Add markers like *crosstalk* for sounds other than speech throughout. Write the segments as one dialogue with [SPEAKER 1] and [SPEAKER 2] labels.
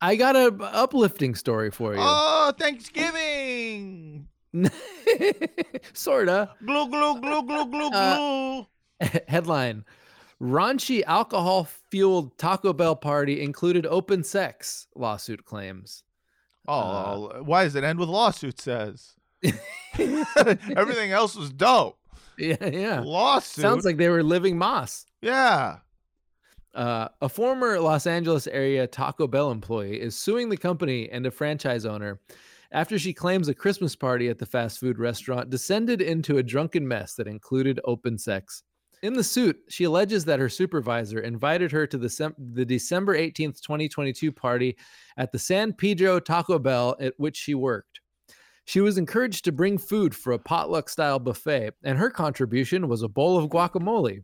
[SPEAKER 1] I got a b- uplifting story for you.
[SPEAKER 2] Oh, Thanksgiving!
[SPEAKER 1] *laughs* Sorta. *laughs*
[SPEAKER 2] Glue, glue, glue, glue, glue, glue.
[SPEAKER 1] Uh, Headline: Raunchy alcohol-fueled Taco Bell party included open sex. Lawsuit claims.
[SPEAKER 3] uh,
[SPEAKER 2] oh, why does it end with lawsuit? Says *laughs* everything else was dope.
[SPEAKER 1] Yeah,
[SPEAKER 3] Uh,
[SPEAKER 1] yeah.
[SPEAKER 2] Lawsuit.
[SPEAKER 1] Sounds like they were living moss.
[SPEAKER 2] yeah.
[SPEAKER 1] Uh, a former Los Angeles area Taco Bell employee is suing the company and a franchise owner after she claims a Christmas party at the fast food restaurant descended into a drunken mess that included open sex. In the suit, she alleges that her supervisor invited her to the, Sem- the December 18th, 2022 party at the San Pedro Taco Bell at which she worked. She was encouraged to bring food for a potluck style buffet, and her contribution was a bowl of guacamole.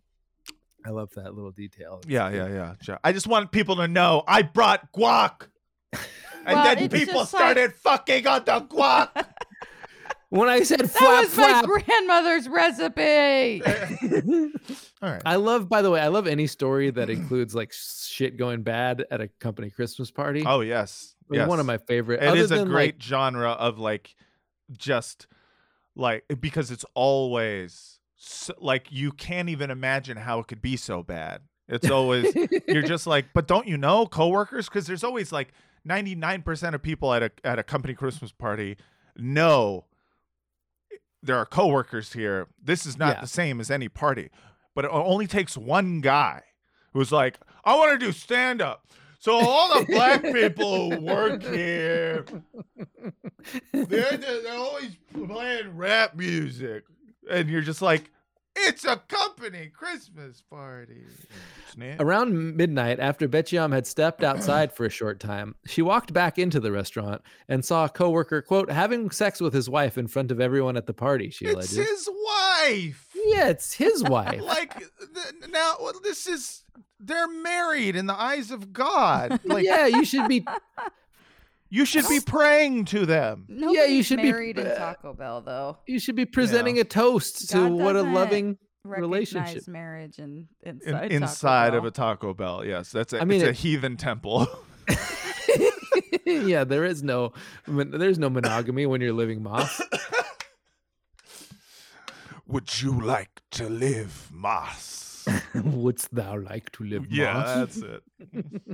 [SPEAKER 1] I love that little detail.
[SPEAKER 2] Yeah, yeah, yeah. Sure. I just want people to know I brought guac. And
[SPEAKER 3] Well,
[SPEAKER 2] then
[SPEAKER 3] it's
[SPEAKER 2] people
[SPEAKER 3] just like-
[SPEAKER 2] started fucking on the guac.
[SPEAKER 3] *laughs*
[SPEAKER 1] When I said
[SPEAKER 3] That
[SPEAKER 1] flap
[SPEAKER 3] was my
[SPEAKER 1] flap, *laughs*
[SPEAKER 3] grandmother's recipe.
[SPEAKER 2] All right.
[SPEAKER 1] I love. By the way, I love any story that includes like shit going bad at a company Christmas party.
[SPEAKER 2] Oh yes.
[SPEAKER 1] It's
[SPEAKER 2] yes.
[SPEAKER 1] One of my favorite.
[SPEAKER 2] It
[SPEAKER 1] Other
[SPEAKER 2] is a
[SPEAKER 1] than,
[SPEAKER 2] great genre of like just like because it's always so, like you can't even imagine how it could be so bad.
[SPEAKER 1] *laughs*
[SPEAKER 2] It's always
[SPEAKER 1] Like,
[SPEAKER 2] you're just like, but don't you know coworkers? Because there's always like 99% of people at a at a company Christmas party know there are coworkers here. This is not
[SPEAKER 1] Yeah.
[SPEAKER 2] the same as any party, but it only takes one guy who's like, I want to do stand up. So all the black people who work here, they're, they're always playing rap music, and you're just like, it's a company Christmas party. Snap.
[SPEAKER 1] Around midnight, after Betchiam had stepped outside for a short time, she walked back into the restaurant and saw a coworker quote having sex with his wife in front of everyone at the party. She
[SPEAKER 2] It's
[SPEAKER 1] alleges.
[SPEAKER 2] his wife.
[SPEAKER 1] yeah, it's
[SPEAKER 2] *laughs*
[SPEAKER 1] his wife.
[SPEAKER 2] Like th- now, well, this is they're married in the eyes
[SPEAKER 1] *laughs*
[SPEAKER 2] of God. Like
[SPEAKER 1] yeah, you should be
[SPEAKER 2] you should be praying to them.
[SPEAKER 3] Nobody's
[SPEAKER 1] should be- uh,
[SPEAKER 3] married in Taco Bell though.
[SPEAKER 1] you should be presenting a toast to
[SPEAKER 3] God
[SPEAKER 1] what a
[SPEAKER 3] doesn't
[SPEAKER 1] loving *laughs* Relationship.
[SPEAKER 3] Recognize marriage and
[SPEAKER 2] In-
[SPEAKER 3] inside,
[SPEAKER 2] inside
[SPEAKER 3] Taco
[SPEAKER 2] of a Taco Bell, yes, that's a,
[SPEAKER 1] I mean,
[SPEAKER 2] it's a
[SPEAKER 1] it-
[SPEAKER 2] heathen temple. *laughs*
[SPEAKER 1] yeah, there is no mon- there's no monogamy when you're living moss.
[SPEAKER 2] Would you like to live, Moss?
[SPEAKER 1] *laughs* Wouldst thou like to live
[SPEAKER 2] yeah,
[SPEAKER 1] moss?
[SPEAKER 2] that's it.